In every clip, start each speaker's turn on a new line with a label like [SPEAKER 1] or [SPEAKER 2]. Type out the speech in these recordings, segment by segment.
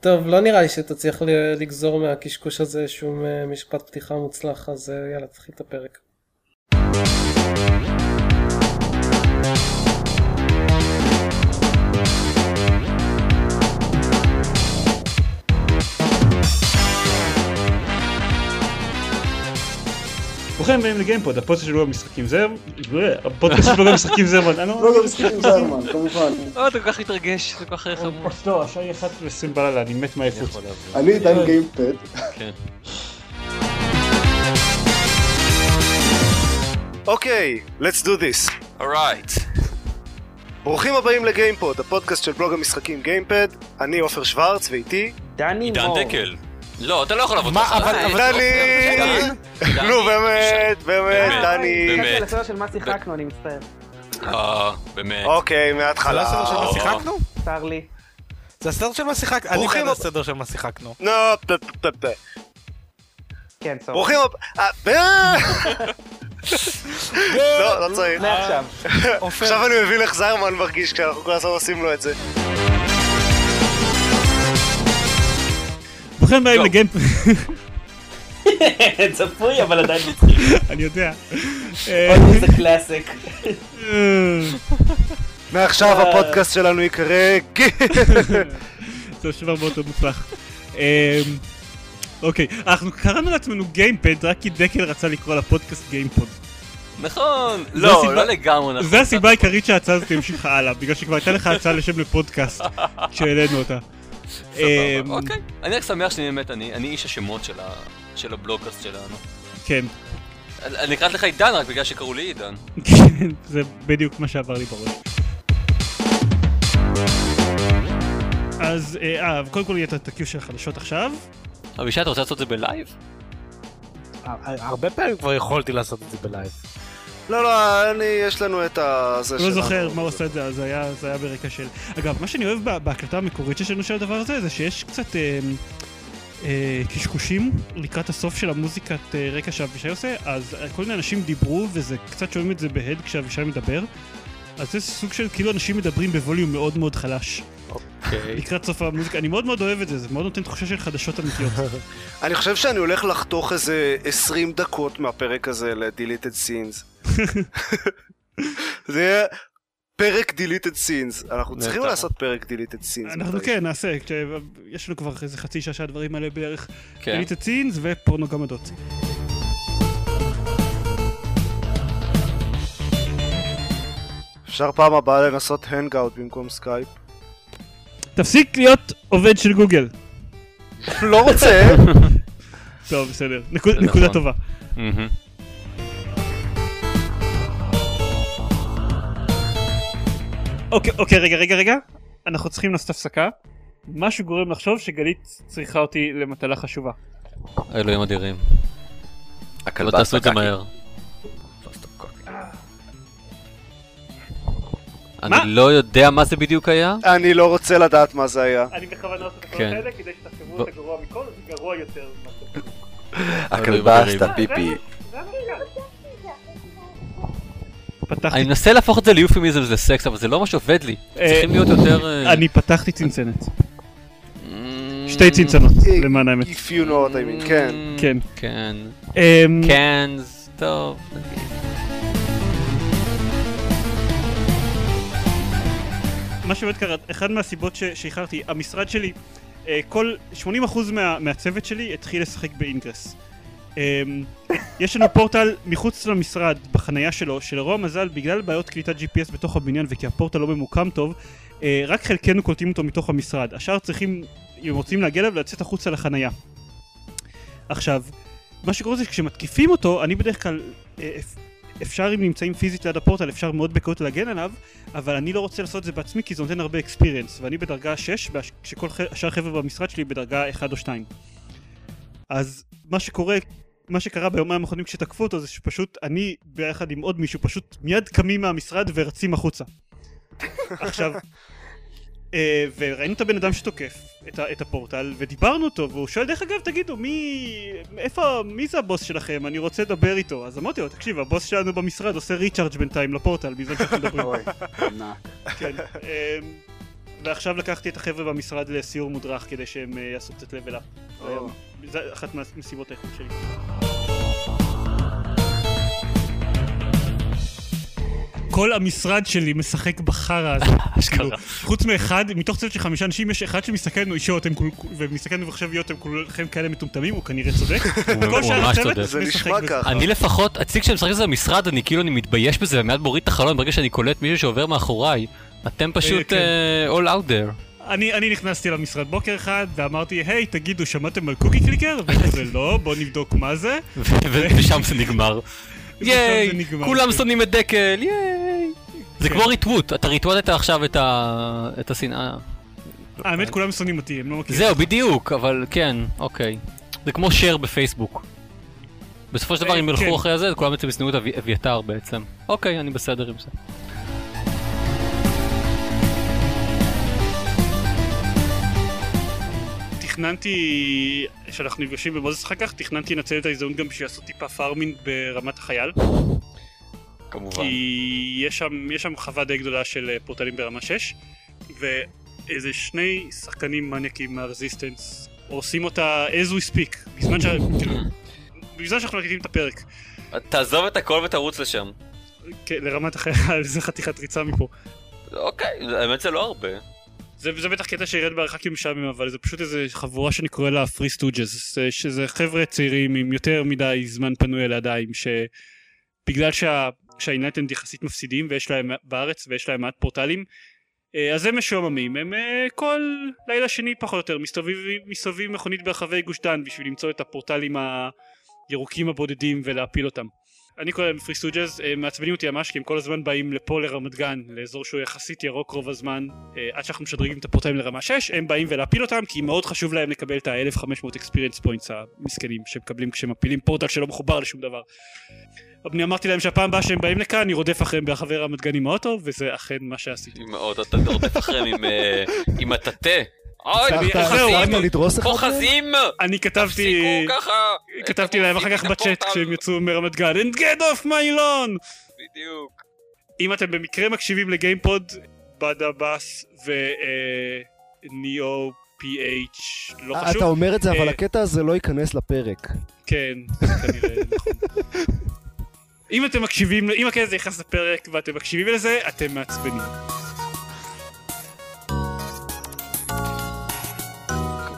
[SPEAKER 1] טוב, לא נראה לי שתצליח ל- לגזור מהקשקוש הזה שום אה, משפט פתיחה מוצלח, אז אה, יאללה, תתחיל את הפרק.
[SPEAKER 2] ברוכים הבאים לגיימפוד, הפודקאסט של בלוג משחקים זר, הפודקאסט של בלוג משחקים זרמן, אנו,
[SPEAKER 3] לא במשחקים זלמן, כמובן.
[SPEAKER 4] אה, אתה כל כך מתרגש, זה כל כך חמור.
[SPEAKER 2] לא, השעה היא 11 בלילה, אני מת מעייפות.
[SPEAKER 3] אני עידן גיימפד,
[SPEAKER 5] אוקיי, let's do this.
[SPEAKER 4] אורייט.
[SPEAKER 5] ברוכים הבאים לגיימפוד, הפודקאסט של בלוג המשחקים גיימפד. אני עופר שוורץ ואיתי...
[SPEAKER 4] עידן דקל. לא, אתה לא יכול לעבוד ככה. אה,
[SPEAKER 5] אבל- אבל- דני! נו באמת, באמת,
[SPEAKER 4] באמת.
[SPEAKER 5] דני.
[SPEAKER 4] באמת.
[SPEAKER 6] באמת. לסדר אה, של מה שיחקנו, אני מצטער.
[SPEAKER 4] אה, באמת.
[SPEAKER 5] אוקיי,
[SPEAKER 7] זה
[SPEAKER 5] מההתחלה.
[SPEAKER 7] הסדר של מה
[SPEAKER 4] אה.
[SPEAKER 7] שיחקנו?
[SPEAKER 6] צר לי.
[SPEAKER 7] זה הסדר של מה שיחקנו? אני
[SPEAKER 5] ברוכים
[SPEAKER 7] בעד
[SPEAKER 5] הבא-
[SPEAKER 7] הסדר של מה שיחקנו.
[SPEAKER 5] נו, פ- פ- פ- פ-
[SPEAKER 6] כן, סורי.
[SPEAKER 5] ברוכים אה, הבאים... לא, לא צריך.
[SPEAKER 6] מעכשיו.
[SPEAKER 7] עופר,
[SPEAKER 5] עכשיו אני מבין איך זרמן מרגיש כשאנחנו כל הזמן עושים לו את זה.
[SPEAKER 2] ברוכים הבאים
[SPEAKER 4] לא.
[SPEAKER 2] לגיימפוד,
[SPEAKER 8] אה,
[SPEAKER 9] צפוי אבל עדיין מצחיק,
[SPEAKER 2] אני יודע. אה, אוקיי.
[SPEAKER 9] זה קלאסיק.
[SPEAKER 5] מעכשיו הפודקאסט שלנו ייקרא...
[SPEAKER 2] זה שבר מאוד מאוד מוצלח. אה, אוקיי, אנחנו קראנו לעצמנו גיימפד רק כי דקל רצה לקרוא לפודקאסט גיימפוד.
[SPEAKER 4] נכון.
[SPEAKER 2] זו
[SPEAKER 4] לא,
[SPEAKER 2] הסיבה-
[SPEAKER 4] לא לגמרי נכון.
[SPEAKER 2] זה הסיבה העיקרית שההצעה הזאת המשיכה הלאה, בגלל שכבר הייתה לך הצעה לשם לפודקאסט, כשהעלינו אותה. אה,
[SPEAKER 4] סבבה, אוקיי. אני רק שמח שאני באמת, אני אני איש השמות של ה- של הבלוקאסט שלנו.
[SPEAKER 2] כן,
[SPEAKER 4] אני אקרא לך עידן רק בגלל שקראו לי עידן.
[SPEAKER 2] כן, זה בדיוק מה שעבר לי בראש. אז אה, אה, קודם כל יהיה את ה-Q של החדשות עכשיו.
[SPEAKER 4] אבישי, אתה רוצה לעשות את זה בלייב?
[SPEAKER 7] הרבה פעמים כבר יכולתי לעשות את זה בלייב.
[SPEAKER 5] לא, לא, אני, יש לנו את ה... זה
[SPEAKER 2] לא
[SPEAKER 5] שלנו.
[SPEAKER 2] זוכר מה הוא עשה את זה, אז זה היה- זה היה ברקע של... אגב, מה שאני אוהב בה- בהקלטה המקורית שלנו של הדבר הזה, זה שיש קצת אה, אה, קשקושים לקראת הסוף של המוזיקת אה, רקע שאבישי עושה, אז אה, כל מיני אנשים דיברו, וזה קצת שומעים את זה בהד כשאבישי מדבר. אז זה סוג של כאילו אנשים מדברים בווליום מאוד מאוד חלש.
[SPEAKER 4] אוקיי.
[SPEAKER 2] לקראת סוף המוזיקה, אני מאוד מאוד אוהב את זה, זה מאוד נותן תחושה של חדשות אמיתיות.
[SPEAKER 5] אני חושב שאני הולך לחתוך איזה 20 דקות מהפרק הזה ל-deleted scenes. זה יהיה פרק deleted scenes. אנחנו צריכים
[SPEAKER 4] נהדר.
[SPEAKER 5] לעשות פרק deleted scenes.
[SPEAKER 2] אנחנו
[SPEAKER 5] מתי.
[SPEAKER 2] כן, נעשה, כש- יש לנו כבר איזה חצי שעה שהדברים האלה בערך.
[SPEAKER 4] כן.
[SPEAKER 2] אליטה צינס ופורנוגמדות.
[SPEAKER 5] אפשר פעם הבאה לנסות הנגאוט במקום סקייפ.
[SPEAKER 2] תפסיק להיות עובד של גוגל.
[SPEAKER 5] לא רוצה.
[SPEAKER 2] טוב, בסדר. נקוד-
[SPEAKER 4] זה
[SPEAKER 2] נקודה
[SPEAKER 4] נכון.
[SPEAKER 2] טובה.
[SPEAKER 4] מהמם.
[SPEAKER 2] אוקיי, אוקיי, רגע, רגע, רגע. אנחנו צריכים לעשות הפסקה. משהו גורם לחשוב שגלית צריכה אותי למטלה חשובה.
[SPEAKER 4] אלוהים אדירים. אבל
[SPEAKER 9] הכלבה
[SPEAKER 4] תעשו את זה
[SPEAKER 9] הסקקי.
[SPEAKER 4] מהר. אני לא יודע מה זה בדיוק היה.
[SPEAKER 5] אני לא רוצה לדעת מה זה היה.
[SPEAKER 2] אני בכוונה עושה את הכל
[SPEAKER 4] כן. האלה
[SPEAKER 2] כדי שתחשבו
[SPEAKER 4] בוא. את
[SPEAKER 2] הגרוע מכל, זה גרוע יותר.
[SPEAKER 9] הכלבה עשתה פיפי.
[SPEAKER 2] פתחתי,
[SPEAKER 4] אני מנסה להפוך את זה ליופימיזם לסקס, אבל זה לא מה שעובד לי. צריכים להיות יותר... אה,
[SPEAKER 2] אני פתחתי צנצנת.
[SPEAKER 4] Mm,
[SPEAKER 2] שתי צנצנות,
[SPEAKER 5] אה,
[SPEAKER 2] למען האמת.
[SPEAKER 5] If you know what I mean, כן.
[SPEAKER 2] כן.
[SPEAKER 4] כן.
[SPEAKER 2] אמ,
[SPEAKER 4] כן, זה טוב. נגיד.
[SPEAKER 2] מה שבאמת קרה, אחד מהסיבות ש- שאיחרתי, המשרד שלי, אה, כל 80% מה, מהצוות שלי התחיל לשחק באינגרס. אה, יש לנו פורטל מחוץ למשרד, בחנייה שלו, שלרוע המזל, בגלל בעיות קליטת GPS בתוך הבניין וכי הפורטל לא ממוקם טוב, אה, רק חלקנו קולטים אותו מתוך המשרד. השאר צריכים, אם רוצים להגיע אליו, לצאת החוצה לחנייה. עכשיו, מה שקורה זה שכשמתקיפים אותו, אני בדרך כלל, אה, אפ- אפשר אם נמצאים פיזית ליד הפורטל, אפשר מאוד בקלות להגן עליו, אבל אני לא רוצה לעשות את זה בעצמי כי זה נותן הרבה אקספיריאנס ואני בדרגה 6 כשכל ח- שאר החבר'ה במשרד שלי בדרגה 1 או 2 אז מה שקורה מה שקרה ביומיים האחרונים כשתקפו אותו זה שפשוט אני ביחד עם עוד מישהו פשוט מיד קמים מהמשרד ורצים החוצה עכשיו אה, וראינו את הבן אדם שתוקף את, ה- את הפורטל ודיברנו אותו והוא שואל דרך אגב תגידו מי איפה מי זה הבוס שלכם אני רוצה לדבר איתו אז אמרתי לו תקשיב הבוס שלנו במשרד עושה ריצ'ארג' בינתיים לפורטל בזמן שאנחנו מדברים
[SPEAKER 6] אוי, ענק.
[SPEAKER 2] כן, אמ, כן, ועכשיו לקחתי את החבר'ה במשרד לסיור מודרך כדי שהם אה, יעשו קצת level up.
[SPEAKER 10] או.
[SPEAKER 2] זו אחת מסיבות האיכות שלי. כל המשרד שלי משחק בחרא הזה, כאילו, חוץ מאחד, מתוך צוות של חמישה אנשים, יש אחד שמסתכל לנו אישיות, הם כול- ומסתכל עלינו וחושב, יואו, אתם כולכם כאלה מטומטמים, הוא כנראה צודק. כל
[SPEAKER 4] הוא
[SPEAKER 2] שאר
[SPEAKER 4] ממש
[SPEAKER 2] הצוות
[SPEAKER 4] צודק.
[SPEAKER 10] זה
[SPEAKER 2] משחק
[SPEAKER 10] נשמע
[SPEAKER 2] בזה.
[SPEAKER 10] ככה.
[SPEAKER 4] אני לפחות, הציג שאני משחק בזה במשרד, אני כאילו אני מתבייש בזה ומיד מוריד את החלון ברגע שאני קולט מישהו שעובר מאחוריי. אתם פשוט
[SPEAKER 2] כן.
[SPEAKER 4] אה, all out there.
[SPEAKER 2] אני, אני נכנסתי למשרד בוקר אחד ואמרתי, היי, תגידו, שמעתם על קוקי קליקר? וכזה לא, בואו נבדוק מה זה.
[SPEAKER 4] ו- ו- ושם זה נגמר.
[SPEAKER 2] זה
[SPEAKER 4] ייי,
[SPEAKER 2] נגמר,
[SPEAKER 4] כולם
[SPEAKER 2] כן.
[SPEAKER 4] שונאים את דקל, ייי. זה
[SPEAKER 2] כן.
[SPEAKER 4] כמו ריטווט, אתה ריטווטת עכשיו את ה- את השנאה.
[SPEAKER 2] האמת, כולם שונאים אותי, הם לא מכירים.
[SPEAKER 4] זהו, בדיוק, אבל כן, אוקיי. זה כמו share בפייסבוק. בסופו של דבר,
[SPEAKER 2] אה,
[SPEAKER 4] אם
[SPEAKER 2] כן.
[SPEAKER 4] ילכו אחרי זה, כולם בעצם ישנאו את אבי- אביתר בעצם. אוקיי, אני בסדר עם זה.
[SPEAKER 2] תכננתי, כשאנחנו נפגשים במוזס אחר כך, תכננתי לנצל את ההזדמנות גם בשביל לעשות טיפה פארמינג ברמת החייל.
[SPEAKER 8] כמובן.
[SPEAKER 2] כי יש שם, יש שם חווה די גדולה של אה, פורטלים ברמה 6 ואיזה שני שחקנים מניאקים מהרזיסטנס עושים אותה as we speak בזמן, ש... כאילו, בזמן שאנחנו מקליטים את הפרק
[SPEAKER 8] תעזוב את הכל ותרוץ לשם.
[SPEAKER 2] כן, לרמת החייל זה חתיכת ריצה מפה
[SPEAKER 8] אוקיי, האמת זה לא הרבה.
[SPEAKER 2] זה, זה בטח קטע שירד בעריכה כי משעמם אבל זה פשוט איזה חבורה שאני קורא לה פרי סטוג'ס שזה חבר'ה צעירים עם יותר מדי זמן פנוי על הידיים שבגלל שה... שהאינטנד יחסית מפסידים ויש להם בארץ ויש להם מעט פורטלים אה, אז הם משועממים הם אה, כל לילה שני פחות או יותר מסתובבים, מסתובבים מכונית ברחבי גוש דן בשביל למצוא את הפורטלים הירוקים הבודדים ולהפיל אותם אני קורא להם פרי סטוג'ז, הם מעצבנים אותי ממש כי הם כל הזמן באים לפה לרמת גן, לאזור שהוא יחסית ירוק רוב הזמן, אה, עד שאנחנו משדרגים את הפורטלים לרמה 6, הם באים ולהפיל אותם כי מאוד חשוב להם לקבל את ה-1500 experience points המסכנים שמקבלים כשמפילים פורטל שלא מחובר לשום דבר. אני אמרתי להם שהפעם הבאה שהם באים לכאן אני רודף אחריהם ברחבי רמת גן עם האוטו, וזה אכן מה שעשיתי.
[SPEAKER 8] מאוד, אתה רודף אחריהם עם, אה, עם הטאטא. אוי,
[SPEAKER 2] הצלחת-
[SPEAKER 8] מי-
[SPEAKER 2] זהו,
[SPEAKER 8] אוחזים,
[SPEAKER 2] אני-
[SPEAKER 5] לדרוס אחד?
[SPEAKER 8] אוחזים,
[SPEAKER 2] אני כתבתי...
[SPEAKER 8] תפסיקו ככה.
[SPEAKER 2] כתבתי להם אחר כך בצ'אט כשהם יצאו מרמת גן, and get off my lawn!
[SPEAKER 8] בדיוק.
[SPEAKER 2] אם אתם במקרה מקשיבים לגיימפוד, בדה בס וניאו פי אייץ' לא
[SPEAKER 11] אתה
[SPEAKER 2] חשוב,
[SPEAKER 11] אומר את זה, אבל
[SPEAKER 2] אה,
[SPEAKER 11] הקטע הזה לא ייכנס לפרק.
[SPEAKER 2] כן, זה כנראה נכון. אם אתם מקשיבים, אם הקטע הזה נכנס לפרק ואתם מקשיבים לזה, אתם מעצבנים.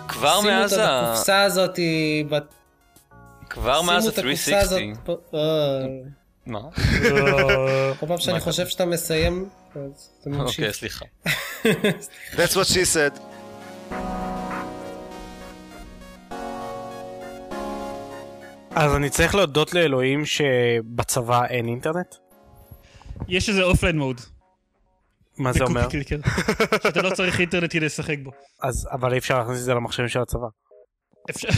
[SPEAKER 8] כבר
[SPEAKER 1] שימו
[SPEAKER 8] מאז
[SPEAKER 1] אותה
[SPEAKER 8] ה...
[SPEAKER 1] בקופסה הזאת, היא בת-
[SPEAKER 8] כבר מאז
[SPEAKER 1] שימו את הקופסה הזאת
[SPEAKER 8] ה-360.
[SPEAKER 1] פה- אה,
[SPEAKER 4] מה?
[SPEAKER 1] כל פעם שאני חושב שאתה מסיים, אז אתה
[SPEAKER 4] אוקיי,
[SPEAKER 1] ממשיך.
[SPEAKER 4] סליחה.
[SPEAKER 10] That's what she said.
[SPEAKER 12] אז אני צריך להודות לאלוהים שבצבא אין אינטרנט?
[SPEAKER 2] יש איזה אופליין מוד.
[SPEAKER 12] מה זה אומר?
[SPEAKER 2] בקוקי קליקר. שאתה לא צריך אינטרנט כדי לשחק בו.
[SPEAKER 12] אז אבל אי אפשר להכניס את זה למחשבים של הצבא.
[SPEAKER 2] אפשר...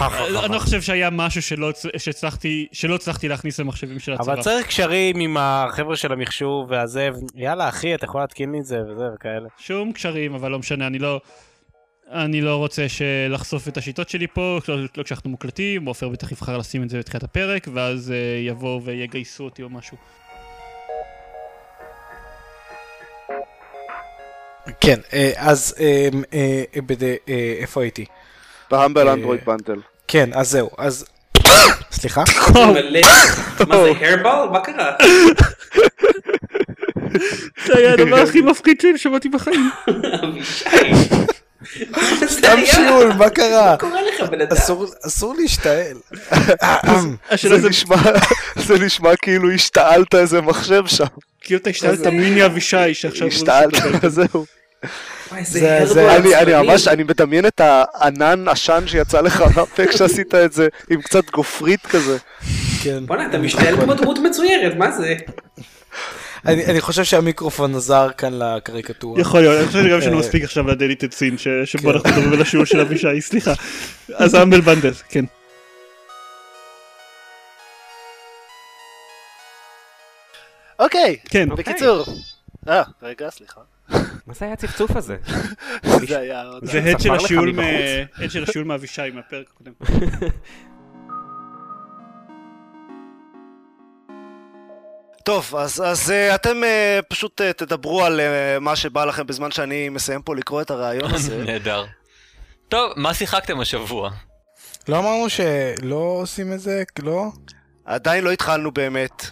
[SPEAKER 12] אה,
[SPEAKER 2] אני לא חושב שהיה משהו שלא הצ- שהצלחתי שלא הצלחתי להכניס למחשבים של הצבא.
[SPEAKER 12] אבל צריך קשרים עם החבר'ה של המחשוב והזה, ו- יאללה אחי אתה יכול להתקין לי את זה וזה וכאלה.
[SPEAKER 2] שום קשרים, אבל לא משנה, אני לא... אני לא רוצה של- לחשוף את השיטות שלי פה, לא, לא כשאנחנו מוקלטים, עופר בטח יבחר לשים את זה בתחילת הפרק, ואז uh, יבואו ויגייסו אותי או משהו.
[SPEAKER 12] כן, אז איפה הייתי?
[SPEAKER 10] בהמבל
[SPEAKER 12] אה,
[SPEAKER 10] אנדרואיד בנדל.
[SPEAKER 12] כן, אז זהו, אז... סליחה?
[SPEAKER 8] מה זה, הרבל? מה קרה?
[SPEAKER 2] זה היה הדבר הכי מפחיד שאני שמעתי בחיים.
[SPEAKER 12] סתם שיעול, מה קרה? מה קורה לך בן אדם? אסור להשתעל.
[SPEAKER 2] השאלה זה,
[SPEAKER 5] זה נשמע כאילו השתעלת איזה מחשב שם.
[SPEAKER 2] כאילו אתה השתלת מיני אבישי שעכשיו... הוא-
[SPEAKER 5] השתעלת, זהו.
[SPEAKER 11] זה,
[SPEAKER 5] זה- אני- אני ממש, אני מדמיין את הענן עשן שיצא לך מהפה כשעשית את זה, עם קצת גופרית כזה.
[SPEAKER 12] כן.
[SPEAKER 13] בואנה, אתה משתעל כמו דמות מצוירת, מה זה?
[SPEAKER 12] אני אני חושב שהמיקרופון עזר כאן לקריקטורה.
[SPEAKER 2] יכול להיות, אני חושב שגם יש לנו
[SPEAKER 12] אה.
[SPEAKER 2] מספיק עכשיו לדליטד סין, ש- שבו אנחנו מדברים על השיעור של אבישי, סליחה. אז אמבל בנדל, כן.
[SPEAKER 5] אוקיי,
[SPEAKER 2] כן.
[SPEAKER 5] בקיצור. אה, רגע, סליחה.
[SPEAKER 13] מה זה היה הצפצוף הזה?
[SPEAKER 5] זה היה... עוד-
[SPEAKER 2] זה הד של
[SPEAKER 13] צפר לך
[SPEAKER 2] השיעול
[SPEAKER 13] מבחוץ?
[SPEAKER 2] מ- הד של השיעול מאבישי מהפרק הקודם.
[SPEAKER 5] טוב, אז, אז אה, אתם אה, פשוט אה, תדברו על אה, מה שבא לכם בזמן שאני מסיים פה לקרוא את הרעיון הזה.
[SPEAKER 4] נהדר. טוב, מה שיחקתם השבוע?
[SPEAKER 12] לא אמרנו שלא עושים את זה, לא?
[SPEAKER 5] עדיין לא התחלנו באמת.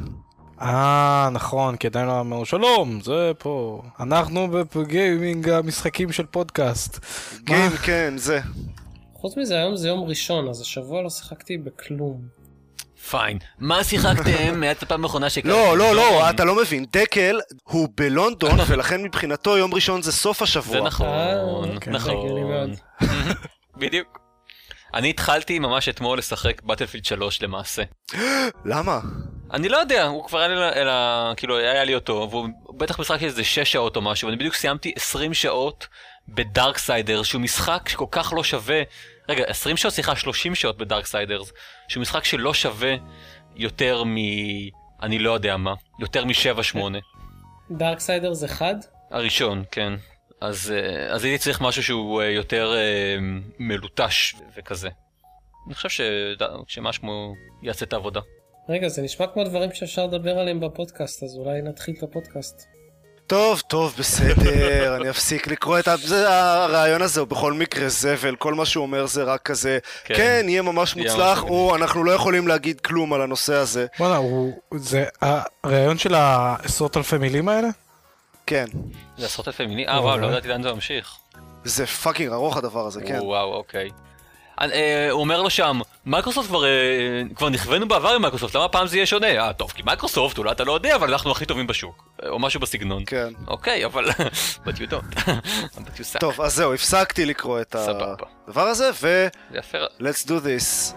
[SPEAKER 12] אה, נכון, כי עדיין לא אמרנו שלום, זה פה. אנחנו בגיימינג המשחקים של פודקאסט.
[SPEAKER 5] גיים, כן, זה.
[SPEAKER 1] חוץ מזה, היום זה יום ראשון, אז השבוע לא שיחקתי בכלום.
[SPEAKER 4] פיין. מה שיחקתם מאז הפעם האחרונה שקראתי?
[SPEAKER 5] לא, לא, לא, אתה לא מבין. דקל הוא בלונדון, ולכן מבחינתו יום ראשון זה סוף השבוע.
[SPEAKER 4] זה
[SPEAKER 5] אה,
[SPEAKER 4] נכון,
[SPEAKER 1] כן. הגיוני
[SPEAKER 4] נכון.
[SPEAKER 1] מאוד.
[SPEAKER 4] בדיוק. אני התחלתי ממש אתמול לשחק בטלפילד 3 למעשה.
[SPEAKER 5] למה?
[SPEAKER 4] אני לא יודע, הוא כבר היה לי, אלא, כאילו היה לי אותו, והוא בטח משחק איזה 6 שעות או משהו, ואני בדיוק סיימתי 20 שעות בדארקסיידר, שהוא משחק שכל כך לא שווה, רגע, 20 שעות, סליחה, 30 שעות בדארקסיידרס, שהוא משחק שלא שווה יותר מ... אני לא יודע מה, יותר מ-7-8.
[SPEAKER 1] דארקסיידר זה חד?
[SPEAKER 4] הראשון, כן. אז, אה, אז הייתי צריך משהו שהוא אה, יותר אה, מלוטש ו- וכזה. אני חושב שד- שמשהו יעשה את העבודה.
[SPEAKER 1] רגע, זה נשמע כמו דברים שאפשר לדבר עליהם בפודקאסט, אז אולי נתחיל את הפודקאסט.
[SPEAKER 5] טוב, טוב, בסדר, אני אפסיק לקרוא את ה... זה, הרעיון הזה הוא בכל מקרה זבל, כל מה שהוא אומר זה רק כזה,
[SPEAKER 12] כן.
[SPEAKER 5] כן, יהיה ממש
[SPEAKER 12] יהיה
[SPEAKER 5] מוצלח,
[SPEAKER 12] ממש
[SPEAKER 5] או אנחנו לא יכולים להגיד כלום על הנושא הזה.
[SPEAKER 12] בואנה, הוא... זה הרעיון של העשרות אלפי מילים האלה?
[SPEAKER 5] כן.
[SPEAKER 4] זה עשרות אלפי מילים? אה וואו, לא ידעתי לאן זה ממשיך.
[SPEAKER 5] זה פאקינג ארוך הדבר הזה, אוקיי. כן.
[SPEAKER 4] וואו, אוקיי. אני- אה, הוא אומר לו שם, מייקרוסופט כבר, אה, כבר נכוונו בעבר עם מייקרוסופט, למה הפעם זה יהיה שונה? אה, טוב, כי מייקרוסופט, אולי אתה לא יודע, אבל אנחנו הכי טובים בשוק. אה, או משהו בסגנון.
[SPEAKER 5] כן.
[SPEAKER 4] אוקיי, אבל... but you don't. but you suck.
[SPEAKER 5] טוב, אז זהו, הפסקתי לקרוא את
[SPEAKER 4] סבבה.
[SPEAKER 5] הדבר הזה, ו...
[SPEAKER 4] זה יפה.
[SPEAKER 5] let's do this.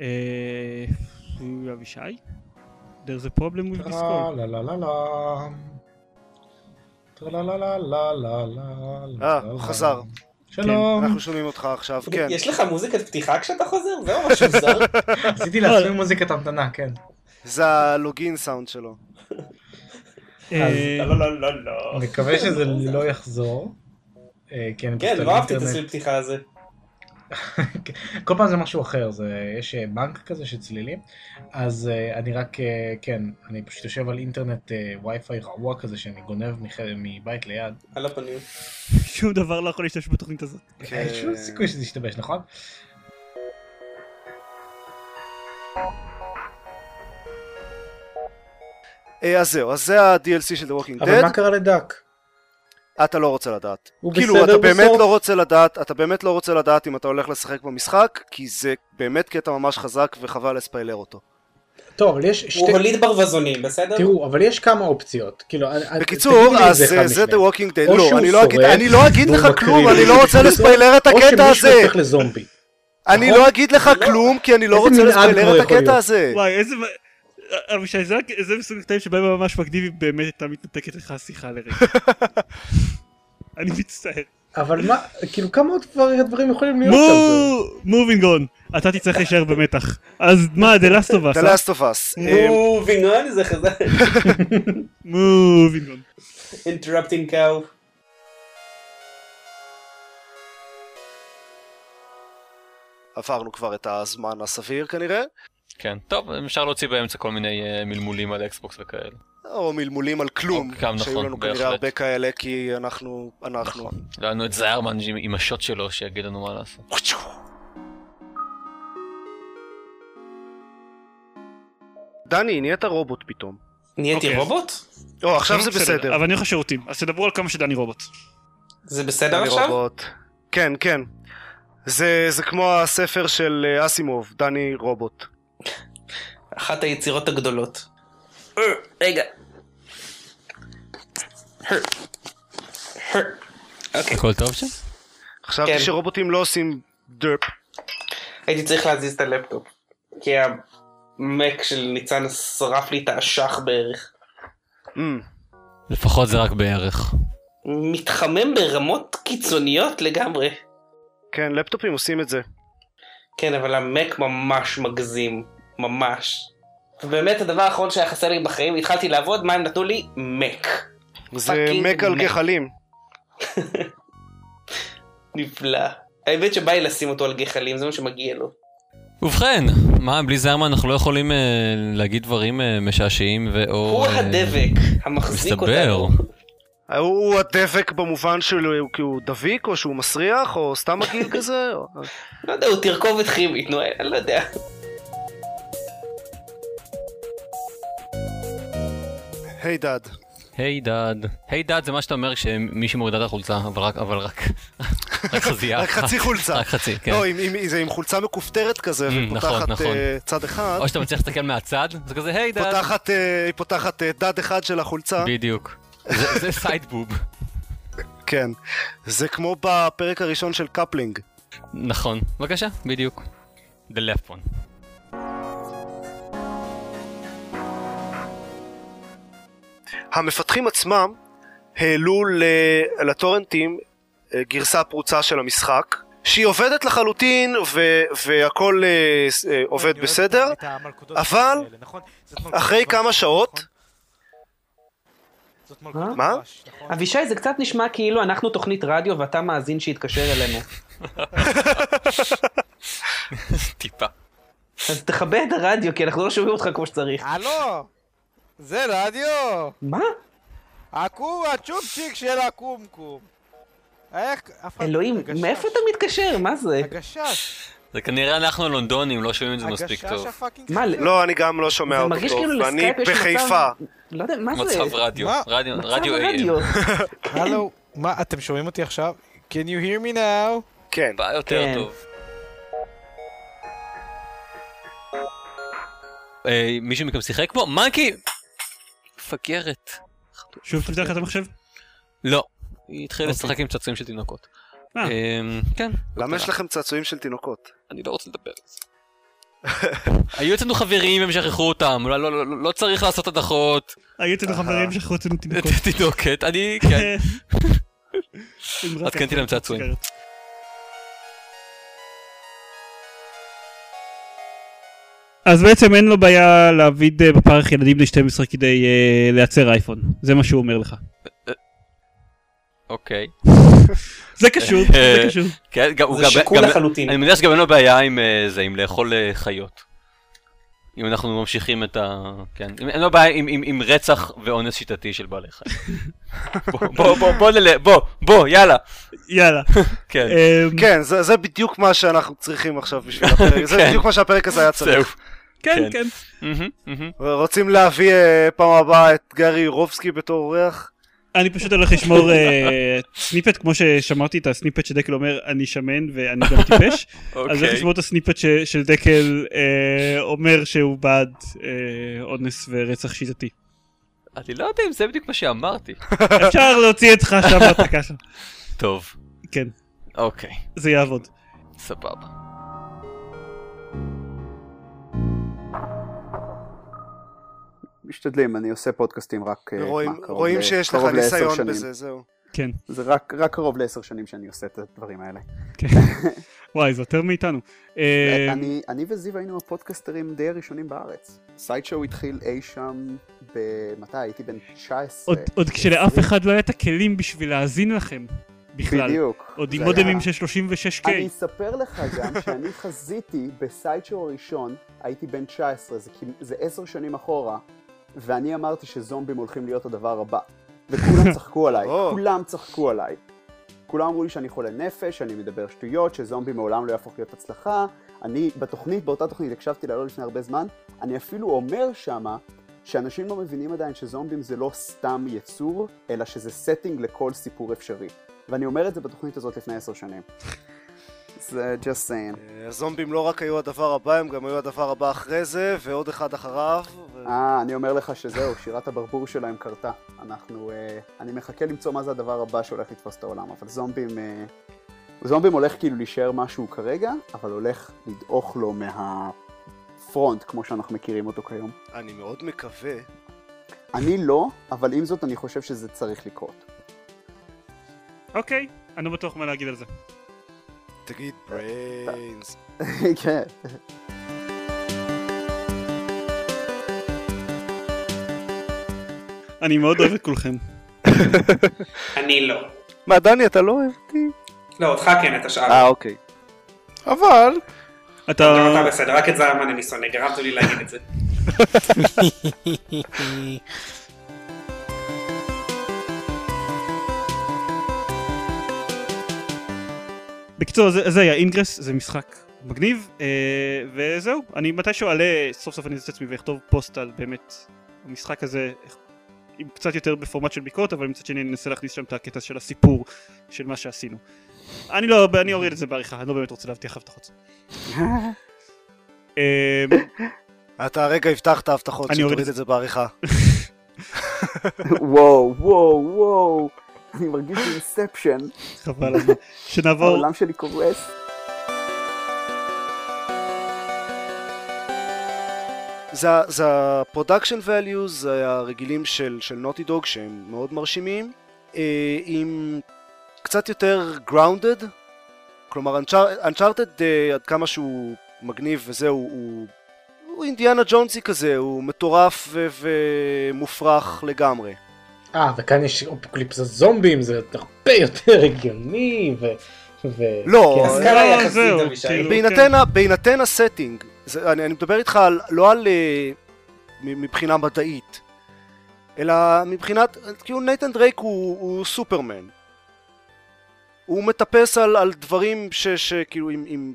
[SPEAKER 2] אה... אבישי? There's a problem with this call.
[SPEAKER 14] לה לה לה לה. טרלה לה לה לה לה לה לה.
[SPEAKER 5] אה, הוא חזר.
[SPEAKER 14] שלום.
[SPEAKER 5] כן, אנחנו שומעים אותך עכשיו, כן.
[SPEAKER 8] אוקיי. יש לך מוזיקת פתיחה כשאתה חוזר? זה ממש מוזר.
[SPEAKER 14] עשיתי לעצמי מוזיקת המתנה, כן.
[SPEAKER 5] זה הלוגין סאונד שלו.
[SPEAKER 14] אז-
[SPEAKER 8] לא, לא, לא, לא.
[SPEAKER 14] מקווה שזה לא יחזור. אה, כי אני
[SPEAKER 8] כן,
[SPEAKER 14] פשוט על
[SPEAKER 8] לא אהבתי את
[SPEAKER 14] אינטרנט.
[SPEAKER 8] הצליל פתיחה הזה.
[SPEAKER 14] כל פעם זה משהו אחר, זה, יש אה, בנק כזה של צלילים, אז אה, אני רק, אה, כן, אני פשוט יושב על אינטרנט אה, וי-פיי רעוע כזה שאני גונב מח- מבית ליד.
[SPEAKER 8] על הפנים.
[SPEAKER 2] שום דבר לא יכול להשתמש בתוכנית הזאת.
[SPEAKER 5] כן.
[SPEAKER 14] אין שום סיכוי שזה ישתבש, נכון?
[SPEAKER 5] אה, אז זהו, אז זה ה-DLC של The Walking Dead.
[SPEAKER 14] אבל מה קרה לדק?
[SPEAKER 5] אתה לא רוצה לדעת.
[SPEAKER 14] הוא
[SPEAKER 5] כאילו,
[SPEAKER 14] בסדר
[SPEAKER 5] אתה באמת
[SPEAKER 14] בסוף?
[SPEAKER 5] לא רוצה לדעת, אתה באמת לא רוצה לדעת אם אתה הולך לשחק במשחק, כי זה באמת קטע ממש חזק וחבל לספיילר אותו.
[SPEAKER 14] אה, טוב, אבל יש שתי...
[SPEAKER 8] הוא הוליד ברווזונים, בסדר?
[SPEAKER 14] תראו, אבל יש כמה אופציות. כאילו, אני- אני-
[SPEAKER 5] בקיצור,
[SPEAKER 14] תגידי לי
[SPEAKER 5] אז
[SPEAKER 14] איזה אחד
[SPEAKER 5] זה- זה
[SPEAKER 14] מהם.
[SPEAKER 5] The Walking Dead.
[SPEAKER 14] או
[SPEAKER 5] לא,
[SPEAKER 14] שהוא
[SPEAKER 5] אני לא אגיד-
[SPEAKER 14] שורד,
[SPEAKER 5] אני לא אגיד
[SPEAKER 14] והוא
[SPEAKER 5] לך כלום,
[SPEAKER 14] מקריב
[SPEAKER 5] אני לא רוצה
[SPEAKER 14] מישהו,
[SPEAKER 5] לספיילר את הקטע
[SPEAKER 14] או
[SPEAKER 5] הזה.
[SPEAKER 14] שמישהו הופך לזומבי.
[SPEAKER 5] אני
[SPEAKER 14] נכון?
[SPEAKER 5] לא אגיד לך כלום, כי אני לא
[SPEAKER 14] איזה
[SPEAKER 5] רוצה
[SPEAKER 14] מנעד לא
[SPEAKER 5] לספיילר את
[SPEAKER 14] יכול
[SPEAKER 5] הקטע
[SPEAKER 14] להיות?
[SPEAKER 5] הזה.
[SPEAKER 2] וואי, איזה... מ- אה, אבישי, זה רק- זה מסוג הקטעים שבהם ממש מגניבים באמת הייתה מתנתקת לך השיחה לרגע. אני מצטער.
[SPEAKER 14] אבל מה, כאילו, כמה עוד דבר- דברים יכולים להיות על זה?
[SPEAKER 2] מובינג און, אתה תצטרך להישאר במתח. אז מה, The Last of Us.
[SPEAKER 5] The
[SPEAKER 2] אה?
[SPEAKER 5] Last of Us.
[SPEAKER 8] מובינג און זה חזק.
[SPEAKER 2] מובינג און.
[SPEAKER 8] אינטרפטינג קאו.
[SPEAKER 5] עברנו כבר את הזמן הסביר כנראה,
[SPEAKER 4] כן, טוב, אפשר להוציא באמצע כל מיני אה, מלמולים על אקסבוקס וכאלה.
[SPEAKER 5] או מלמולים על כלום,
[SPEAKER 4] אוקיי, גם
[SPEAKER 5] שהיו
[SPEAKER 4] נכון,
[SPEAKER 5] לנו כנראה
[SPEAKER 4] בהחלט.
[SPEAKER 5] הרבה כאלה, כי אנחנו, אנחנו.
[SPEAKER 4] לא לנו את זיירמן עם- עם השוט שלו שיגיד לנו מה לעשות.
[SPEAKER 5] דני, נהיית רובוט פתאום.
[SPEAKER 8] נהייתי
[SPEAKER 2] אוקיי.
[SPEAKER 8] רובוט?
[SPEAKER 5] או, עכשיו
[SPEAKER 2] נו,
[SPEAKER 5] זה בסדר.
[SPEAKER 2] כן, לא אבל אני הולך לשירותים, אז תדברו על כמה שדני רובוט.
[SPEAKER 8] זה בסדר
[SPEAKER 5] אני
[SPEAKER 8] עכשיו?
[SPEAKER 5] רובוט. כן, כן. זה, זה כמו הספר של אה, אסימוב, דני רובוט.
[SPEAKER 8] אחת היצירות הגדולות. אה, רגע. אה, אה.
[SPEAKER 4] הכל טוב שם?
[SPEAKER 5] חשבתי
[SPEAKER 8] כן.
[SPEAKER 5] שרובוטים לא עושים דרפ.
[SPEAKER 8] הייתי צריך להזיז את הלפטופ. כי המק של ניצן שרף לי את האשך בערך.
[SPEAKER 5] אמ,
[SPEAKER 4] לפחות זה רק בערך.
[SPEAKER 8] מתחמם ברמות קיצוניות לגמרי.
[SPEAKER 5] כן, לפטופים עושים את זה.
[SPEAKER 8] כן, אבל המק ממש מגזים. ממש. ובאמת הדבר האחרון שהיה חסר לי בחיים, התחלתי לעבוד, מה הם נתנו לי? מק.
[SPEAKER 5] זה
[SPEAKER 8] Fucking
[SPEAKER 5] מק על
[SPEAKER 8] מק.
[SPEAKER 5] גחלים.
[SPEAKER 8] נפלא. האמת שבא לי לשים אותו על גחלים, זה מה שמגיע לו.
[SPEAKER 4] ובכן, מה, בלי זרמן אנחנו לא יכולים אה, להגיד דברים אה, משעשעים ואו...
[SPEAKER 8] הוא
[SPEAKER 4] אה,
[SPEAKER 8] הדבק המחזיק
[SPEAKER 4] מסתבר.
[SPEAKER 8] אותנו.
[SPEAKER 5] הוא הוא הדבק במובן שלו, כי הוא דביק, או שהוא מסריח, או סתם מגעיל כזה? או-
[SPEAKER 8] לא יודע, הוא תרכובת כימית, נו, אני לא יודע.
[SPEAKER 5] היי דד.
[SPEAKER 4] היי דד. היי דד זה מה שאתה אומר כשמישהי מורידה את החולצה, אבל רק... אבל רק... רק חזייה.
[SPEAKER 5] רק
[SPEAKER 4] אחת.
[SPEAKER 5] חצי חולצה.
[SPEAKER 4] רק חצי, כן.
[SPEAKER 5] לא, עם- עם- זה עם חולצה מכופתרת כזה,
[SPEAKER 4] Mm, נכון,
[SPEAKER 5] ופותחת
[SPEAKER 4] נכון.
[SPEAKER 5] אה, צד אחד.
[SPEAKER 4] או שאתה מצליח להסתכל מהצד, זה כזה היי דד.
[SPEAKER 5] פותחת, אה, היא פותחת אה, דד אחד של החולצה.
[SPEAKER 4] בדיוק. זה- זה סיידבוב.
[SPEAKER 5] כן. זה כמו בפרק הראשון של קפלינג.
[SPEAKER 4] נכון. בבקשה, בדיוק. The left one.
[SPEAKER 5] המפתחים עצמם העלו ל- לטורנטים אה, גרסה פרוצה של המשחק, שהיא עובדת לחלוטין ו- והכל אה, ס- אה, עובד בסדר, אבל אחרי כמה שעות... מה?
[SPEAKER 6] אבישי, זה קצת נשמע כאילו אנחנו תוכנית רדיו ואתה מאזין שהתקשר אלינו.
[SPEAKER 4] טיפה.
[SPEAKER 6] אז תכבה את הרדיו, כי אנחנו לא שומעים אותך כמו שצריך.
[SPEAKER 15] הלו! זה רדיו!
[SPEAKER 6] מה?
[SPEAKER 15] הקום, הצ'ופצ'יק של הקומקום. איך... אף אחד-
[SPEAKER 6] אלוהים, מאיפה אתה מתקשר? מה זה?
[SPEAKER 15] הגשש.
[SPEAKER 4] זה כנראה אנחנו לונדונים, לא שומעים את זה מספיק טוב.
[SPEAKER 6] מה,
[SPEAKER 5] לא, אני גם לא שומע
[SPEAKER 6] זה
[SPEAKER 5] אותו
[SPEAKER 6] מרגיש
[SPEAKER 5] טוב,
[SPEAKER 6] כאילו
[SPEAKER 5] ואני
[SPEAKER 6] לסקייפ יש מצב-
[SPEAKER 5] בחיפה.
[SPEAKER 6] לא יודע, מה זה?
[SPEAKER 4] מצב רדיו.
[SPEAKER 12] מה?
[SPEAKER 4] רדיו,
[SPEAKER 12] מצב
[SPEAKER 4] רדיו אה,
[SPEAKER 12] הרדיו.
[SPEAKER 4] AM.
[SPEAKER 12] הלו, מה, אתם שומעים אותי עכשיו? Can you hear me now?
[SPEAKER 5] כן.
[SPEAKER 4] בא יותר
[SPEAKER 12] כן.
[SPEAKER 4] טוב. אה, מישהו מכם שיחק בו? מנקי! מפגרת.
[SPEAKER 2] שוב תפתח את המחשב?
[SPEAKER 4] לא. היא התחילה
[SPEAKER 2] אוקיי.
[SPEAKER 4] לשחק עם צעצועים של תינוקות.
[SPEAKER 2] אה.
[SPEAKER 4] אמ, כן.
[SPEAKER 5] למה יש לכם צעצועים של תינוקות?
[SPEAKER 4] אני לא רוצה לדבר על זה. היו אצלנו חברים והם שכחו אותם, לא- לא- לא לא צריך לעשות הדחות.
[SPEAKER 2] היו אצלנו חברים שחוצנו תינוקות.
[SPEAKER 4] תינוקת, אני, כן.
[SPEAKER 2] אמרה
[SPEAKER 4] אז קניתי להם צעצועים.
[SPEAKER 2] אז בעצם אין לו בעיה להעביד אה, בפרך ילדים ל-12 כדי אה, לייצר אייפון, זה מה שהוא אומר לך.
[SPEAKER 4] אוקיי.
[SPEAKER 2] זה קשור, זה קשור.
[SPEAKER 4] כן, גם-
[SPEAKER 2] זה
[SPEAKER 4] גם-
[SPEAKER 2] שקול
[SPEAKER 4] גם-
[SPEAKER 2] לחלוטין.
[SPEAKER 4] אני מניח שגם אין לו בעיה עם אה, זה, עם לאכול אה, חיות. אם אנחנו ממשיכים את ה... כן. אם- אין לו בעיה עם- עם עם רצח ואונס שיטתי של בעלי חיים. בוא, בוא, בוא, בוא נלך, בוא, בוא, יאללה.
[SPEAKER 2] יאללה.
[SPEAKER 4] כן.
[SPEAKER 2] אה,
[SPEAKER 5] כן, זה זה בדיוק מה שאנחנו צריכים עכשיו בשביל הפרק, זה
[SPEAKER 4] כן.
[SPEAKER 5] בדיוק מה שהפרק הזה היה צריך.
[SPEAKER 4] זהו.
[SPEAKER 2] כן, כן.
[SPEAKER 5] רוצים להביא אה, פעם הבאה את גרי יורובסקי בתור אורח?
[SPEAKER 2] אני פשוט הולך לשמור אה, סניפט, כמו ששמרתי את הסניפט שדקל אומר, אני שמן ואני גם טיפש.
[SPEAKER 4] אוקיי.
[SPEAKER 2] אז הולך לשמור את הסניפט ש- של דקל אה, אומר שהוא בעד אה, אונס ורצח שיטתי.
[SPEAKER 4] אני לא יודע אם זה בדיוק מה שאמרתי.
[SPEAKER 2] אפשר להוציא אותך שם בהפקה שם.
[SPEAKER 4] טוב.
[SPEAKER 2] כן.
[SPEAKER 4] אוקיי.
[SPEAKER 2] זה יעבוד.
[SPEAKER 4] סבבה.
[SPEAKER 16] משתדלים, אני עושה פודקאסטים רק... אה,
[SPEAKER 5] רואים-
[SPEAKER 16] מה, קרוב
[SPEAKER 5] רואים
[SPEAKER 16] ל-
[SPEAKER 5] שיש לך
[SPEAKER 16] קרוב לעשר
[SPEAKER 5] ניסיון
[SPEAKER 16] שנים.
[SPEAKER 5] בזה, זהו.
[SPEAKER 2] כן.
[SPEAKER 16] זה רק רק קרוב לעשר שנים שאני עושה את הדברים האלה.
[SPEAKER 2] כן. וואי, זה יותר מאיתנו. אה,
[SPEAKER 16] אני- אני וזיו היינו הפודקסטרים די הראשונים בארץ. סיידשואו התחיל אי שם במתי? הייתי בן 19.
[SPEAKER 2] עוד- עוד כשלאף אחד לא היה את הכלים בשביל להאזין לכם. בכלל.
[SPEAKER 16] בדיוק.
[SPEAKER 2] עוד עם
[SPEAKER 16] זה
[SPEAKER 2] מודמים
[SPEAKER 16] היה-
[SPEAKER 2] של 36K.
[SPEAKER 16] אני אספר לך גם שאני חזיתי בסיידשואו הראשון, הייתי בן 19, זה כמעט- זה עשר שנים אחורה, ואני אמרתי שזומבים הולכים להיות הדבר הבא. וכולם צחקו עליי, כולם צחקו עליי. כולם אמרו לי שאני חולה נפש, שאני מדבר שטויות, שזומבי מעולם לא יהפוך להיות הצלחה. אני בתוכנית, באותה תוכנית, הקשבתי לה לא לפני הרבה זמן, אני אפילו אומר שמה שאנשים לא מבינים עדיין שזומבים זה לא סתם יצור, אלא שזה setting לכל סיפור אפשרי. ואני אומר את זה בתוכנית הזאת לפני עשר שנים. זה just saying.
[SPEAKER 5] הזומבים לא רק היו הדבר הבא, הם גם היו הדבר הבא אחרי זה, ועוד אחד אחריו. ו-
[SPEAKER 16] אה, אני אומר לך שזהו, שירת הברבור שלהם קרתה. אנחנו... אה, אני מחכה למצוא מה זה הדבר הבא שהולך לתפוס את העולם, אבל זומבים... אה, זומבים הולך כאילו להישאר משהו כרגע, אבל הולך לדעוך לו מהפרונט, כמו שאנחנו מכירים אותו כיום.
[SPEAKER 5] אני מאוד מקווה.
[SPEAKER 16] אני לא, אבל עם זאת אני חושב שזה צריך לקרות.
[SPEAKER 2] אוקיי, אני לא בטוח מה להגיד על זה.
[SPEAKER 5] תגיד
[SPEAKER 16] אה,
[SPEAKER 5] בריינס.
[SPEAKER 16] כן.
[SPEAKER 2] אני מאוד אוהב את כולכם.
[SPEAKER 8] אני לא.
[SPEAKER 5] מה, דני, אתה לא אוהב אותי?
[SPEAKER 17] לא, אותך כן, את השאר.
[SPEAKER 18] אה, אוקיי.
[SPEAKER 12] אבל...
[SPEAKER 2] אתה...
[SPEAKER 17] גם אתה בסדר, רק את זה אמן אני שונא, גרמת לי להגיד את זה.
[SPEAKER 2] בקיצור, זה, זה היה אינגרס, זה משחק מגניב, אה, וזהו. אני מתישהו אעלה, סוף סוף אני אעשה עצמי ואכתוב פוסט על באמת המשחק הזה, איך- עם קצת יותר בפורמט של ביקורת, אבל מצד שני אני אנסה להכניס שם את הקטע של הסיפור של מה שעשינו. אני לא, אני אוריד את זה בעריכה, אני לא באמת רוצה להבטיח הבטחות. אה,
[SPEAKER 5] אתה הרגע הבטחת הבטחות
[SPEAKER 2] אני
[SPEAKER 5] שתוריד
[SPEAKER 2] אוריד
[SPEAKER 5] את זה בעריכה.
[SPEAKER 16] וואו, וואו, וואו. אני מרגיש אינספשן.
[SPEAKER 2] חבל על הזמן. שנעבור-
[SPEAKER 16] העולם שלי קורס.
[SPEAKER 5] זה, זה ה-production values הרגילים של, של נוטי דוג שהם מאוד מרשימים, אה, עם קצת יותר grounded, כלומר Unchar- Uncharted אה, עד כמה שהוא מגניב וזהו, הוא, הוא אינדיאנה ג'ונסי כזה, הוא מטורף ו- ומופרך לגמרי.
[SPEAKER 19] אה, וכאן יש אופוקליפס הזומבים, זה הרבה יותר הגיוני, ו... ו...
[SPEAKER 5] לא,
[SPEAKER 19] כן.
[SPEAKER 2] כאילו, כן.
[SPEAKER 5] בהינתן ה- בהינתן הסטינג, זה- אני אני מדבר איתך על- לא על אה, מ- מבחינה מדעית, אלא מבחינת, כאילו נייתן דרייק הוא הוא סופרמן. הוא מטפס על על דברים ש- שכאילו עם- עם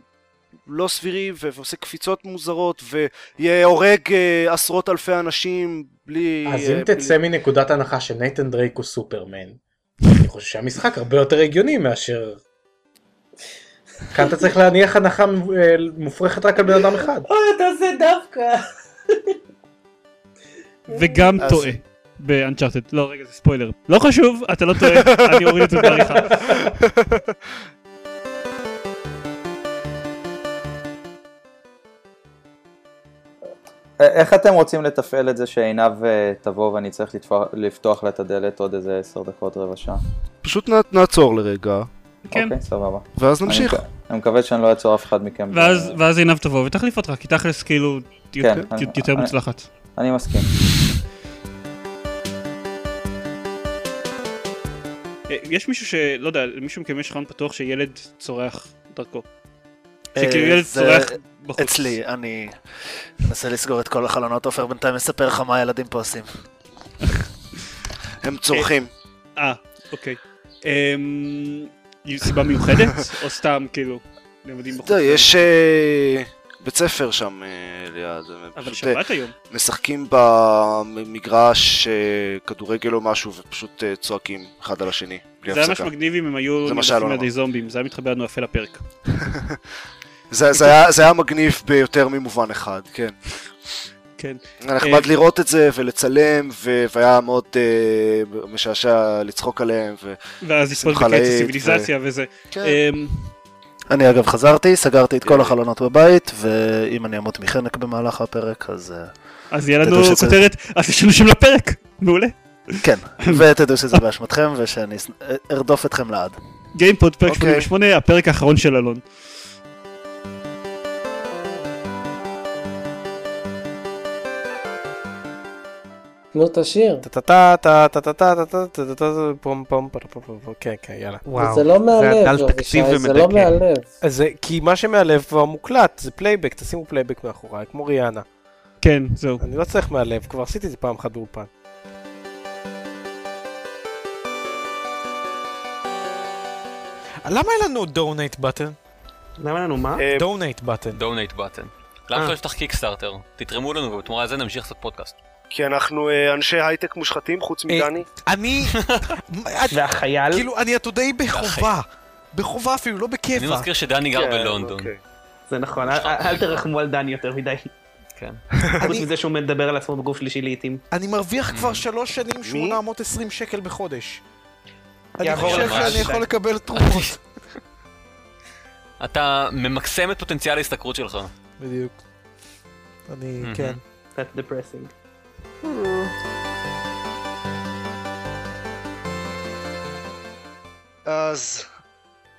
[SPEAKER 5] לא סבירי ו- ועושה קפיצות מוזרות והורג אה, עשרות אלפי אנשים בלי...
[SPEAKER 19] אז
[SPEAKER 5] אה,
[SPEAKER 19] אם
[SPEAKER 5] בלי-
[SPEAKER 19] תצא מנקודת הנחה שנייתן דרייק הוא סופרמן, אני חושב שהמשחק הרבה יותר הגיוני מאשר... כאן אתה צריך להניח הנחה אה, מופרכת רק על בן אדם אחד.
[SPEAKER 17] אוי, אתה עושה דווקא.
[SPEAKER 2] וגם
[SPEAKER 19] אז-
[SPEAKER 2] טועה באנצ'ארטד. לא, רגע, זה ספוילר. לא חשוב, אתה לא טועה, אני אוריד את זה בעריכה.
[SPEAKER 20] איך אתם רוצים לתפעל את זה שעינב אה, תבוא ואני צריך לתפוח- לפתוח לה את הדלת עוד איזה עשר דקות, רבע שעה?
[SPEAKER 5] פשוט נע- נעצור לרגע.
[SPEAKER 20] כן. אוקיי, סבבה.
[SPEAKER 5] ואז
[SPEAKER 20] אני
[SPEAKER 5] נמשיך.
[SPEAKER 20] מקו- אני מקווה שאני לא אעצור אף אחד מכם.
[SPEAKER 2] ואז ואז עינב תבוא ותחליף אותך, כי תכלס כאילו
[SPEAKER 20] כן,
[SPEAKER 2] יותר-
[SPEAKER 20] אני-
[SPEAKER 2] יותר
[SPEAKER 20] אני-
[SPEAKER 2] מוצלחת.
[SPEAKER 20] אני מסכים.
[SPEAKER 2] אה, יש מישהו שלא יודע, למישהו מכם יש חלון פתוח שילד צורח דרכו. שכאילו
[SPEAKER 5] אה,
[SPEAKER 2] ילד
[SPEAKER 5] זה
[SPEAKER 2] צורח בחוץ.
[SPEAKER 5] אצלי, אני מנסה לסגור את כל החלונות, עופר בינתיים מספר לך מה הילדים פה עושים. הם צורכים.
[SPEAKER 2] אה, אוקיי. אמ, היא סיבה מיוחדת? או סתם כאילו, נעמדים בחוץ?
[SPEAKER 5] אתה יודע, יש אה, בית ספר שם אה, ליד. הם פשוט,
[SPEAKER 2] שבת
[SPEAKER 5] אה,
[SPEAKER 2] היום.
[SPEAKER 5] משחקים במגרש אה, כדורגל או משהו ופשוט אה, צועקים אחד על השני. בלי
[SPEAKER 2] זה היה ממש
[SPEAKER 5] הפסקה.
[SPEAKER 2] מגניב אם הם היו
[SPEAKER 5] זה מה שהיה
[SPEAKER 2] נרדפים
[SPEAKER 5] לא
[SPEAKER 2] על
[SPEAKER 5] נורא.
[SPEAKER 2] ידי זומבים, זה היה מתחבר לנו יפה לפרק.
[SPEAKER 5] זה- זה היה- זה היה מגניב ביותר ממובן אחד, כן.
[SPEAKER 2] כן.
[SPEAKER 5] היה נחמד
[SPEAKER 2] אה,
[SPEAKER 5] לראות את זה ולצלם, ו- והיה מאוד אה, משעשע לצחוק עליהם. ו-
[SPEAKER 2] ואז לצפות
[SPEAKER 5] שמחה
[SPEAKER 2] בקץ
[SPEAKER 5] לאיד, ו-
[SPEAKER 2] הסיביליזציה וזה. אמ,
[SPEAKER 21] אני אגב חזרתי, סגרתי
[SPEAKER 22] כן.
[SPEAKER 21] את כל החלונות בבית, ואם אני אמות מחנק במהלך הפרק, אז... אה,
[SPEAKER 2] אז יהיה
[SPEAKER 21] תדעו
[SPEAKER 2] לנו
[SPEAKER 21] שזה-
[SPEAKER 2] כותרת, אז יש לנו שם לפרק, מעולה.
[SPEAKER 21] כן, ותדעו שזה באשמתכם, ושאני אס- ארדוף אתכם לעד.
[SPEAKER 2] גיימפוד פרק
[SPEAKER 21] אוקיי.
[SPEAKER 2] 88, הפרק האחרון של אלון.
[SPEAKER 1] נו, תשאיר.
[SPEAKER 12] פום פום פום פום פום פום, כן, כן, יאללה.
[SPEAKER 1] וואו. זה לא מהלב,
[SPEAKER 12] הדל
[SPEAKER 1] יובי
[SPEAKER 12] תקציב
[SPEAKER 1] שי, זה לא
[SPEAKER 12] ומדכא.
[SPEAKER 1] מהלב.
[SPEAKER 12] זה, כי מה שמהלב כבר מוקלט, זה פלייבק, תשימו פלייבק מאחוריי, כמו ריאנה.
[SPEAKER 2] כן, זהו.
[SPEAKER 12] אני לא צריך מהלב, כבר עשיתי את זה פעם אחת באולפן. למה אין לנו דונייט בטן?
[SPEAKER 8] למה לנו מה?
[SPEAKER 12] דונייט בטן.
[SPEAKER 4] דונייט בטן.
[SPEAKER 2] אה.
[SPEAKER 4] למה אתה לפתח קיקסטארטר? תתרמו לנו ובתמורה לזה נמשיך לעשות פודקאסט.
[SPEAKER 22] כי אנחנו אה, אנשי הייטק מושחתים חוץ מדני.
[SPEAKER 12] אני...
[SPEAKER 8] והחייל?
[SPEAKER 12] כאילו, אני עתודאי בחובה. בחובה אפילו, לא בכיף.
[SPEAKER 4] אני מזכיר שדני
[SPEAKER 20] כן,
[SPEAKER 4] גר בלונדון.
[SPEAKER 22] אוקיי.
[SPEAKER 8] זה נכון, אל- אל אל תרחמו על דני יותר מדי.
[SPEAKER 4] כן.
[SPEAKER 8] חוץ מזה שהוא מדבר על עצמו בגוף שלישי לעיתים.
[SPEAKER 12] אני מרוויח כבר שלוש שנים 820 שקל בחודש. אני
[SPEAKER 8] יעבור
[SPEAKER 12] חושב
[SPEAKER 4] לך,
[SPEAKER 12] שאני
[SPEAKER 4] אל
[SPEAKER 12] יכול
[SPEAKER 4] תדאג.
[SPEAKER 12] לקבל תרומות.
[SPEAKER 20] אוקיי.
[SPEAKER 4] אתה ממקסם את פוטנציאל ההשתכרות שלך.
[SPEAKER 12] בדיוק. אני,
[SPEAKER 4] Mhm.
[SPEAKER 12] כן.
[SPEAKER 8] That's depressing.
[SPEAKER 5] אז...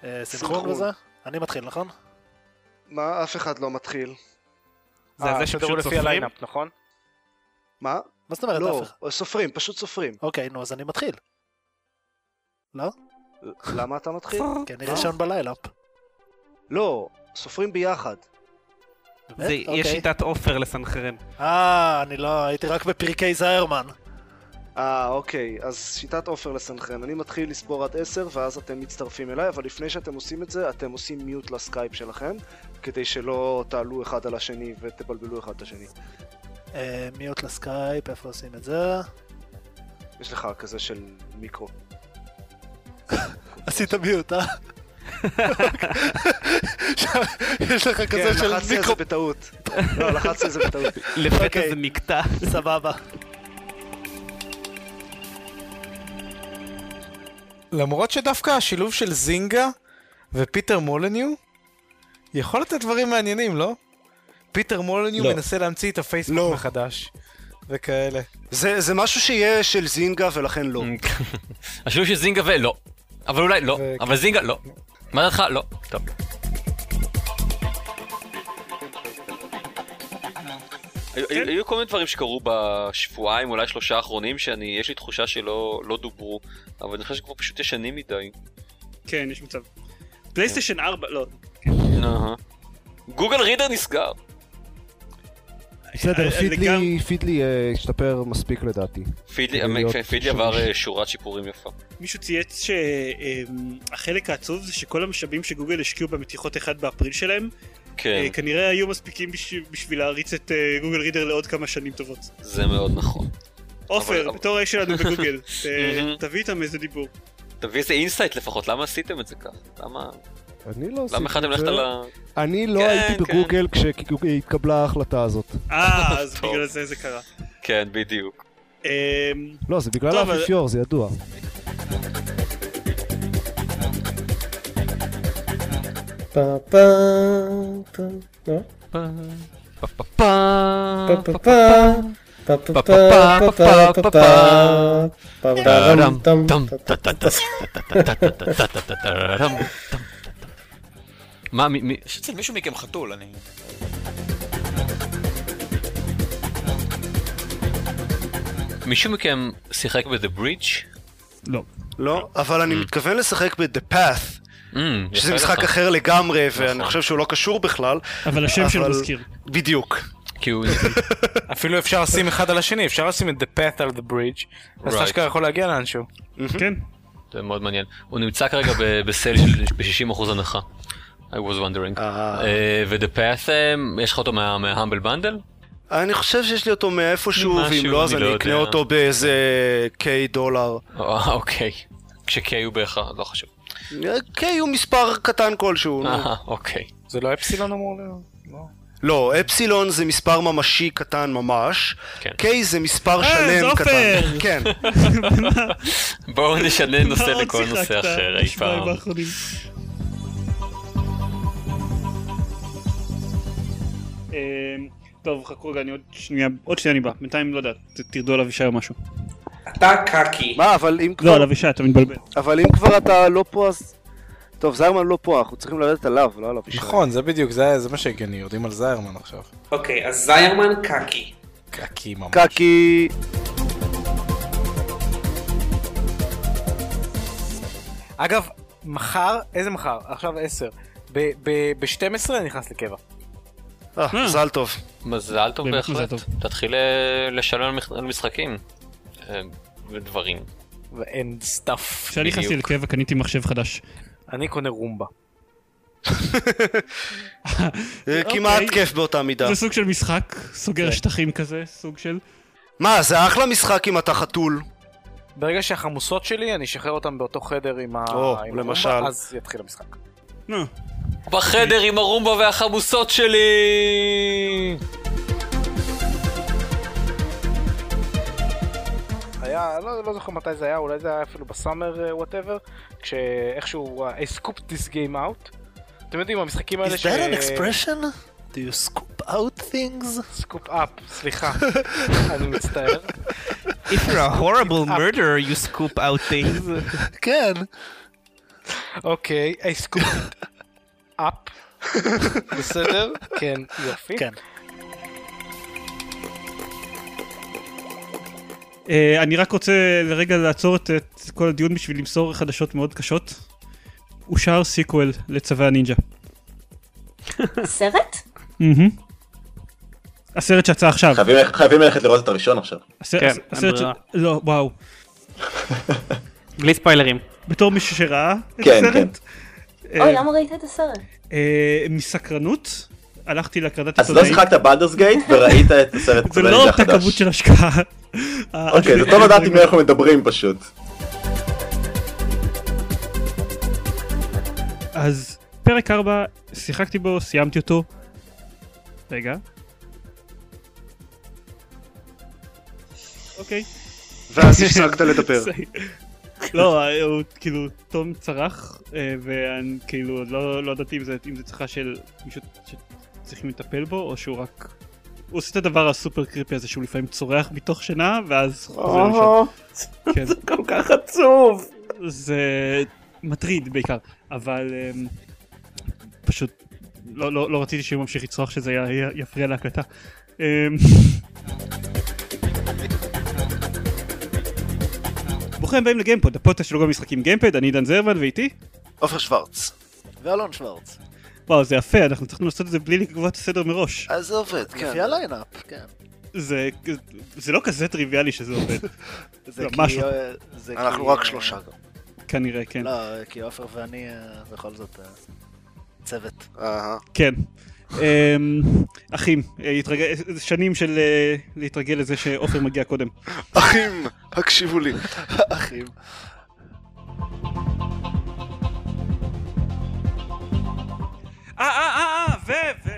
[SPEAKER 21] אה, סנכרון וזה? אני מתחיל, נכון?
[SPEAKER 5] מה? אף אחד לא מתחיל.
[SPEAKER 21] זה אה, זה שפשוט תדברו לפי סופרים? הליינאפ,
[SPEAKER 5] נכון? מה?
[SPEAKER 21] מה זאת אומרת,
[SPEAKER 5] לא,
[SPEAKER 21] אף
[SPEAKER 5] סופרים, פשוט סופרים.
[SPEAKER 21] אוקיי, נו, אז אני מתחיל. לא?
[SPEAKER 5] למה אתה מתחיל?
[SPEAKER 23] כי אני ראשון בלילה.
[SPEAKER 5] לא, סופרים ביחד.
[SPEAKER 23] באמת?
[SPEAKER 24] יש
[SPEAKER 23] אוקיי.
[SPEAKER 24] שיטת עופר לסנכרן.
[SPEAKER 23] אה, אני לא, הייתי רק בפרקי זיירמן.
[SPEAKER 5] אה, אוקיי, אז שיטת עופר לסנכרן. אני מתחיל לספור עד 10, ואז אתם מצטרפים אליי, אבל לפני שאתם עושים את זה, אתם עושים מיוט לסקייפ שלכם, כדי שלא תעלו אחד על השני ותבלבלו אחד את השני.
[SPEAKER 23] אה, מיוט לסקייפ, איפה עושים את זה?
[SPEAKER 5] יש לך כזה של מיקרו.
[SPEAKER 23] עשית מיוט, אה? יש לך
[SPEAKER 5] כן,
[SPEAKER 23] כזה של
[SPEAKER 5] לחצתי על זה
[SPEAKER 23] מיקרו...
[SPEAKER 5] בטעות. לא, לחצתי על זה בטעות.
[SPEAKER 24] לפתע
[SPEAKER 23] אוקיי.
[SPEAKER 24] זה מקטע.
[SPEAKER 23] סבבה.
[SPEAKER 12] למרות שדווקא השילוב של זינגה ופיטר מולניו יכול לתת דברים מעניינים, לא? פיטר מולניו
[SPEAKER 5] לא.
[SPEAKER 12] מנסה להמציא את הפייסבוק מחדש. וכאלה.
[SPEAKER 5] זה, זה משהו שיהיה של זינגה ולכן לא.
[SPEAKER 4] השילוב של זינגה ולא. אבל אולי לא. אבל זינגה לא. מה דעתך? לא. טוב.
[SPEAKER 9] היו- היו היו כל מיני דברים שקרו בשבועיים, אולי שלושה האחרונים, שאני, יש לי תחושה שלא לא דוברו, אבל אני חושב שכבר פשוט ישנים מדי.
[SPEAKER 2] כן, יש מצב. פלייסטיישן 4, לא.
[SPEAKER 9] אהה. גוגל רידר נסגר.
[SPEAKER 25] בסדר,
[SPEAKER 2] אה,
[SPEAKER 25] פידלי, פידלי אה, השתפר מספיק לדעתי.
[SPEAKER 9] פידלי
[SPEAKER 25] כדי להיות
[SPEAKER 9] פידלי
[SPEAKER 25] שימוש.
[SPEAKER 9] עבר אה, שורת שיפורים יפה.
[SPEAKER 2] מישהו צייץ שהחלק העצוב זה שכל המשאבים שגוגל השקיעו במתיחות 1 באפריל שלהם,
[SPEAKER 9] כן,
[SPEAKER 2] אה, כנראה היו מספיקים בש- בשביל להריץ את אה, גוגל רידר לעוד כמה שנים טובות.
[SPEAKER 9] זה מאוד נכון.
[SPEAKER 2] עופר,
[SPEAKER 9] אבל-
[SPEAKER 2] בתור האיש שלנו בגוגל, אה,
[SPEAKER 9] מהמם.
[SPEAKER 2] תביא איתם איזה דיבור.
[SPEAKER 9] תביא איזה אינסייט לפחות, למה עשיתם את זה כך? למה...
[SPEAKER 25] אני לא
[SPEAKER 9] למה
[SPEAKER 25] עשיתי
[SPEAKER 9] החלטתם
[SPEAKER 25] את
[SPEAKER 9] ללכת
[SPEAKER 25] זה.
[SPEAKER 9] על ה...
[SPEAKER 25] אני לא
[SPEAKER 9] כן,
[SPEAKER 25] הייתי
[SPEAKER 9] כן.
[SPEAKER 25] בגוגל כשהתקבלה ההחלטה הזאת.
[SPEAKER 2] אה, אז בגלל זה זה קרה.
[SPEAKER 9] כן, בדיוק.
[SPEAKER 2] אה,
[SPEAKER 25] לא, זה בגלל
[SPEAKER 2] טוב,
[SPEAKER 25] האפיפיור, זה ידוע.
[SPEAKER 1] פה פעם פעם לא? פה פה פעם. פה פה פעם, פה פה פה פעם. פה פעם, טם, טם, טם, טם, טם.
[SPEAKER 4] מה, מי- מי...
[SPEAKER 9] יש אצל מישהו מכם חתול, אני...
[SPEAKER 4] מישהו מכם שיחק ב-The Bridge?
[SPEAKER 2] לא.
[SPEAKER 5] לא, אבל אני מתכוון לשחק ב-The Path, שזה
[SPEAKER 4] Mm. יפה
[SPEAKER 5] משחק
[SPEAKER 4] לך.
[SPEAKER 5] אחר לגמרי, ואני
[SPEAKER 4] נכון.
[SPEAKER 5] חושב שהוא לא קשור בכלל.
[SPEAKER 2] אמ, אבל השם שלו מזכיר.
[SPEAKER 5] בדיוק.
[SPEAKER 4] כי הוא...
[SPEAKER 12] אפילו אפשר לשים אחד על השני, אפשר לשים את The Path על The Bridge, אז
[SPEAKER 4] Right.
[SPEAKER 12] אתה אשכרה יכול להגיע לאנשהו.
[SPEAKER 2] כן.
[SPEAKER 4] זה מאוד מעניין. הוא נמצא כרגע ב- בסל של ב-60% הנחה. I was wondering. אה, ו-The Path, אה, יש לך אותו מה- מה-Humble Bundle?
[SPEAKER 5] אני חושב שיש לי אותו מאיפשהו,
[SPEAKER 4] משהו,
[SPEAKER 5] ואם לא, אז
[SPEAKER 4] אני
[SPEAKER 5] אני
[SPEAKER 4] לא
[SPEAKER 5] אקנה
[SPEAKER 4] יודע.
[SPEAKER 5] אותו באיזה K דולר.
[SPEAKER 4] אה, אוקיי. כש-K הוא בהכרח, לא חשוב.
[SPEAKER 5] K הוא מספר קטן כלשהו. נו.
[SPEAKER 4] אה, אוקיי.
[SPEAKER 12] זה לא אפסילון אמור להיות?
[SPEAKER 5] לא, אפסילון זה מספר ממשי קטן ממש,
[SPEAKER 23] כן.
[SPEAKER 5] K זה מספר
[SPEAKER 2] אה, זה
[SPEAKER 5] שלם
[SPEAKER 2] עופר!
[SPEAKER 5] קטן. כן.
[SPEAKER 4] בואו נשנה נושא
[SPEAKER 2] מה עוד
[SPEAKER 4] לכל נושא
[SPEAKER 2] לא שיחקת
[SPEAKER 4] אחר אי
[SPEAKER 2] בשבועיים
[SPEAKER 4] פעם.
[SPEAKER 2] האחרונים? אמ, טוב, חכו רגע, אני עוד שנייה, עוד שנייה אני בא. בינתיים לא יודע, ת- תרדו על אבישי או משהו.
[SPEAKER 8] אתה קקי.
[SPEAKER 5] מה, אבל אם
[SPEAKER 2] לא,
[SPEAKER 5] כבר...
[SPEAKER 2] על אבישי, אתה מתבלבל.
[SPEAKER 5] אבל אם כבר אתה לא פה, אז... טוב, זיירמן לא פה, אנחנו צריכים לרדת עליו, לא עליו.
[SPEAKER 12] נכון, זה בדיוק, זה זה מה שהגיוני, יודעים על זיירמן עכשיו.
[SPEAKER 8] אוקיי, אז זיירמן קקי.
[SPEAKER 12] קקי ממש.
[SPEAKER 5] קקי.
[SPEAKER 12] אגב, מחר, איזה מחר? עכשיו 10. ב-12 אני נכנס לקבע.
[SPEAKER 5] אה, מזל טוב.
[SPEAKER 4] מזל טוב
[SPEAKER 12] באמת מזל
[SPEAKER 4] בהחלט.
[SPEAKER 12] טוב.
[SPEAKER 4] תתחיל אה, לשלם על מח- על משחקים. אה, ודברים.
[SPEAKER 12] ואין סטאפ.
[SPEAKER 2] כשאני נכנסתי לקבע קניתי מחשב חדש.
[SPEAKER 12] אני קונה רומבה.
[SPEAKER 5] זה
[SPEAKER 2] אוקיי.
[SPEAKER 5] אה, כמעט כיף באותה
[SPEAKER 4] אה.
[SPEAKER 5] מידה.
[SPEAKER 2] זה סוג של משחק, סוגר שטחים כזה, סוג של...
[SPEAKER 5] מה, זה אחלה משחק אם אתה חתול.
[SPEAKER 12] ברגע שהחמוסות שלי, אני אשחרר אותן באותו חדר עם ה...
[SPEAKER 5] או,
[SPEAKER 12] עם הרומבה,
[SPEAKER 5] למשל.
[SPEAKER 12] אז יתחיל המשחק.
[SPEAKER 4] בחדר עם הרומבה והחמוסות שלי!
[SPEAKER 12] היה, לא, לא זוכר מתי זה היה, אולי זה היה אפילו בסאמר וואטאבר, כשאיכשהו, uh, I scooped this game out. אתם יודעים, המשחקים האלה
[SPEAKER 23] Is that
[SPEAKER 2] אה,
[SPEAKER 23] an expression? Do you scoop out things?
[SPEAKER 12] Scoop up, סליחה. אני מצטער.
[SPEAKER 24] If you're a horrible murderer, you scoop out things.
[SPEAKER 23] כן.
[SPEAKER 12] אוקיי, I scooped it up. בסדר? כן, יופי.
[SPEAKER 23] כן.
[SPEAKER 2] אה, אני רק רוצה לרגע לעצור את, את כל הדיון בשביל למסור חדשות מאוד קשות. אושר סיקוול לצווי הנינג'ה.
[SPEAKER 26] סרט?
[SPEAKER 2] מהמם. הסרט שיצא עכשיו.
[SPEAKER 27] חייבים ללכת- חייבים ללכת לראות את הראשון עכשיו.
[SPEAKER 2] הסרט-
[SPEAKER 24] כן,
[SPEAKER 2] הסרט
[SPEAKER 24] אין
[SPEAKER 2] ש-
[SPEAKER 24] ברירה.
[SPEAKER 2] לא, וואו.
[SPEAKER 24] בלי ספוילרים.
[SPEAKER 2] בתור מישהו שראה את
[SPEAKER 24] כן,
[SPEAKER 2] הסרט. אה,
[SPEAKER 26] אוי, למה ראית את הסרט?
[SPEAKER 2] אה, מסקרנות, הלכתי להקרנת
[SPEAKER 27] אז לא שיחקת בלדרס גייט וראית את הסרט
[SPEAKER 2] זה
[SPEAKER 27] הסולני
[SPEAKER 2] לא אותה
[SPEAKER 27] החדש.
[SPEAKER 2] כמות של השקעה. אה,
[SPEAKER 27] אוקיי, זה טוב לדעת עם מי אנחנו מדברים פשוט.
[SPEAKER 2] אז פרק 4, שיחקתי בו, סיימתי אותו. רגע. אוקיי.
[SPEAKER 3] ואז הפסקת לדבר.
[SPEAKER 2] לא, הוא כאילו, תום צרח, אה, ואני כאילו עוד לא לא ידעתי אם זה- אם זה צריכה של מישהו שצריכים לטפל בו, או שהוא רק... הוא עושה את הדבר הסופר קריפי הזה שהוא לפעמים צורח מתוך שינה, ואז חוזר
[SPEAKER 8] אוהו,
[SPEAKER 2] לישון. זה
[SPEAKER 8] כל כך עצוב.
[SPEAKER 2] כן. זה מטריד בעיקר, אבל אמ, פשוט לא, לא, לא רציתי שהוא ממשיך לצרוח שזה י, י, יפריע להקלטה. אמ, ברוכים הבאים לגיימפוד, הפודקאסט של גם משחקים גיימפד, אני עידן זרמן ואיתי.
[SPEAKER 28] עופר שוורץ. ואלון שוורץ.
[SPEAKER 2] וואו זה יפה, אנחנו צריכים לעשות את זה בלי לקבוע את הסדר מראש.
[SPEAKER 28] אז זה עובד, כן. לפי הליינאפ, כן.
[SPEAKER 2] זה, זה לא כזה טריוויאלי שזה עובד.
[SPEAKER 23] זה
[SPEAKER 2] לא,
[SPEAKER 23] כי...
[SPEAKER 2] משהו.
[SPEAKER 23] אה, זה
[SPEAKER 28] אנחנו
[SPEAKER 23] כי,
[SPEAKER 28] רק
[SPEAKER 23] אה,
[SPEAKER 28] שלושה גם.
[SPEAKER 2] כנראה, כן.
[SPEAKER 23] לא, כי עופר ואני אה, בכל זאת אה, צוות.
[SPEAKER 2] כן. אמ, אחים, אה, התרג- שנים של אה, להתרגל לזה שעופר מגיע קודם.
[SPEAKER 3] אחים, הקשיבו לי. אחים.
[SPEAKER 2] אה, אה, אה, אה, ו... ו...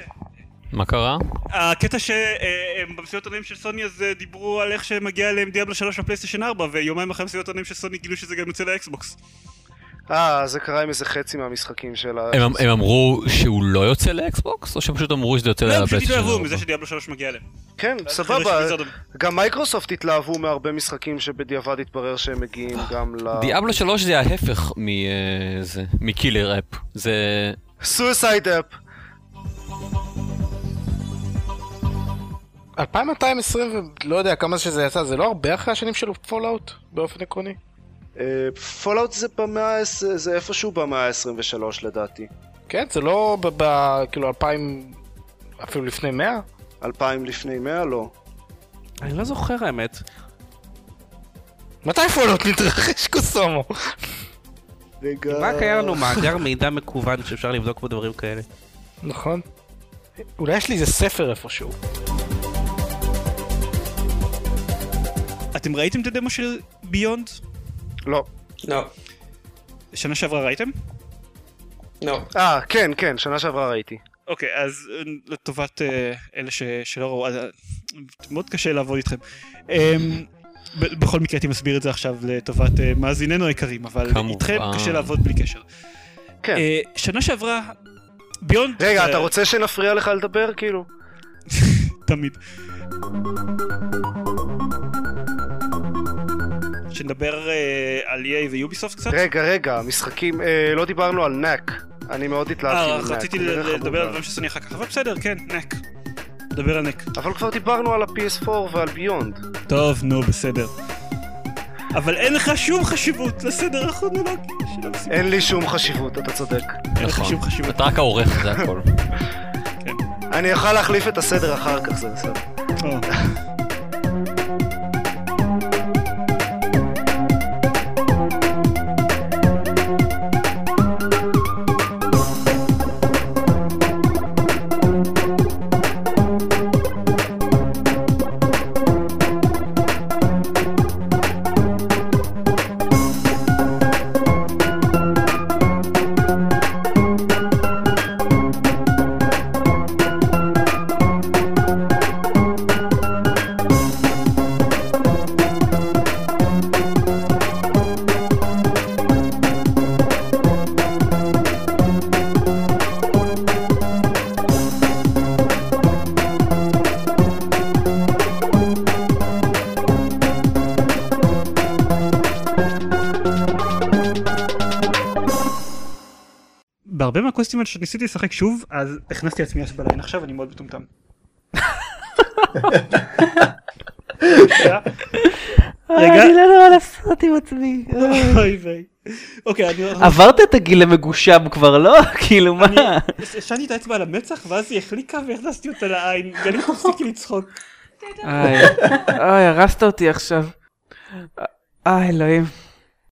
[SPEAKER 4] מה קרה?
[SPEAKER 2] הקטע אה, שבמסיבות עונים של סוני אז אה, דיברו על איך שמגיע אליהם דיאבלה 3 לפלייסטיישן 4 ויומיים אחרי מסיבות עונים של סוני גילו שזה גם יוצא לאקסבוקס.
[SPEAKER 5] אה, זה קרה עם איזה חצי מהמשחקים של ה...
[SPEAKER 4] הם הם אמרו שהוא לא יוצא לאקסבוקס, או שהם פשוט אמרו שזה יוצא
[SPEAKER 5] לא, הם
[SPEAKER 2] פשוט
[SPEAKER 4] לפלייסטיישן
[SPEAKER 2] התלהבו
[SPEAKER 4] ארבע?
[SPEAKER 2] מזה שדיאבלה 3 מגיע אליהם.
[SPEAKER 5] כן,
[SPEAKER 23] אה,
[SPEAKER 2] חבר'ה
[SPEAKER 5] סבבה.
[SPEAKER 2] של ביזארד.
[SPEAKER 5] גם מייקרוסופט התלהבו מהרבה משחקים שבדיעבד התברר שהם מגיעים
[SPEAKER 4] אה,
[SPEAKER 5] גם ל...
[SPEAKER 4] דיאבלו 3 זה ההפך מזה, מקילר אפ. זה...
[SPEAKER 5] סויסייד אפ.
[SPEAKER 12] 2220 ולא לא יודע כמה שזה יצא, זה לא הרבה אחרי השנים של פולאאוט באופן עקרוני?
[SPEAKER 5] פולאאוט אה, זה במאה... זה איפשהו במאה ה-23 לדעתי.
[SPEAKER 12] כן, זה לא ב... ב- כאילו 2000... אפילו לפני 100?
[SPEAKER 5] 2000 לפני 100 לא.
[SPEAKER 24] אני לא זוכר האמת.
[SPEAKER 12] מתי פולאאוט מתרחש קוסומו?
[SPEAKER 5] רגע...
[SPEAKER 24] רק
[SPEAKER 4] כן?
[SPEAKER 24] היה לנו מאגר מידע מקוון שאפשר לבדוק בו דברים כאלה.
[SPEAKER 12] נכון. אולי יש לי איזה ספר איפשהו.
[SPEAKER 2] אתם ראיתם את הדמו של ביונד?
[SPEAKER 5] לא.
[SPEAKER 8] לא.
[SPEAKER 2] שנה שעברה ראיתם?
[SPEAKER 8] לא.
[SPEAKER 5] אה, כן, כן, שנה שעברה ראיתי.
[SPEAKER 2] אוקיי, אז אה, לטובת אה, אלה ש- שלא ראו, אה, מאוד קשה לעבוד איתכם. אמ, ב- בכל מקרה הייתי מסביר את זה עכשיו לטובת אה, מאזיננו היקרים, אבל
[SPEAKER 4] כמובן.
[SPEAKER 2] איתכם קשה לעבוד בלי קשר. אה,
[SPEAKER 5] כן.
[SPEAKER 2] שנה שעברה, ביונד...
[SPEAKER 5] רגע,
[SPEAKER 2] אה,
[SPEAKER 5] אתה רוצה שנפריע לך לדבר? כאילו...
[SPEAKER 2] תמיד. שנדבר אה, על EA ויוביסופט קצת?
[SPEAKER 5] רגע, רגע, משחקים... אה, לא דיברנו על נאק. אני מאוד התלהבתי
[SPEAKER 2] אה,
[SPEAKER 5] על נאק.
[SPEAKER 2] רציתי
[SPEAKER 5] הוא נראה
[SPEAKER 2] ל-
[SPEAKER 5] חמוד
[SPEAKER 2] לדבר על
[SPEAKER 5] מאוד.
[SPEAKER 2] דברים ששונא אחר כך, אבל בסדר, כן, נק. נדבר על נק.
[SPEAKER 5] אבל כבר דיברנו על ה-PS4 ועל ביונד.
[SPEAKER 2] טוב, נו, בסדר. אבל אין לך שום חשיבות לסדר הכרונולוגי של המסיבה.
[SPEAKER 5] אין לי שום חשיבות, אתה צודק.
[SPEAKER 2] אין לך שום חשיבות.
[SPEAKER 4] אתה רק העורך, זה הכל.
[SPEAKER 5] אני אוכל להחליף את הסדר אחר כך, זה בסדר.
[SPEAKER 2] בהרבה מהקווסטים האלה שניסיתי לשחק שוב, אז הכנסתי לעצמי אש בליין עכשיו, אני מאוד מטומטם. רגע.
[SPEAKER 29] אני לא יודע מה לעשות עם עצמי.
[SPEAKER 2] אוי ויי. אוקיי, אני...
[SPEAKER 29] עברת את הגיל המגושם כבר, לא? כאילו מה?
[SPEAKER 2] השנתי את האצבע על המצח, ואז היא החליקה והכנסתי אותה לעין, ואני תפסיקי לצחוק.
[SPEAKER 29] איי, אוי, הרסת אותי עכשיו. אה, אלוהים.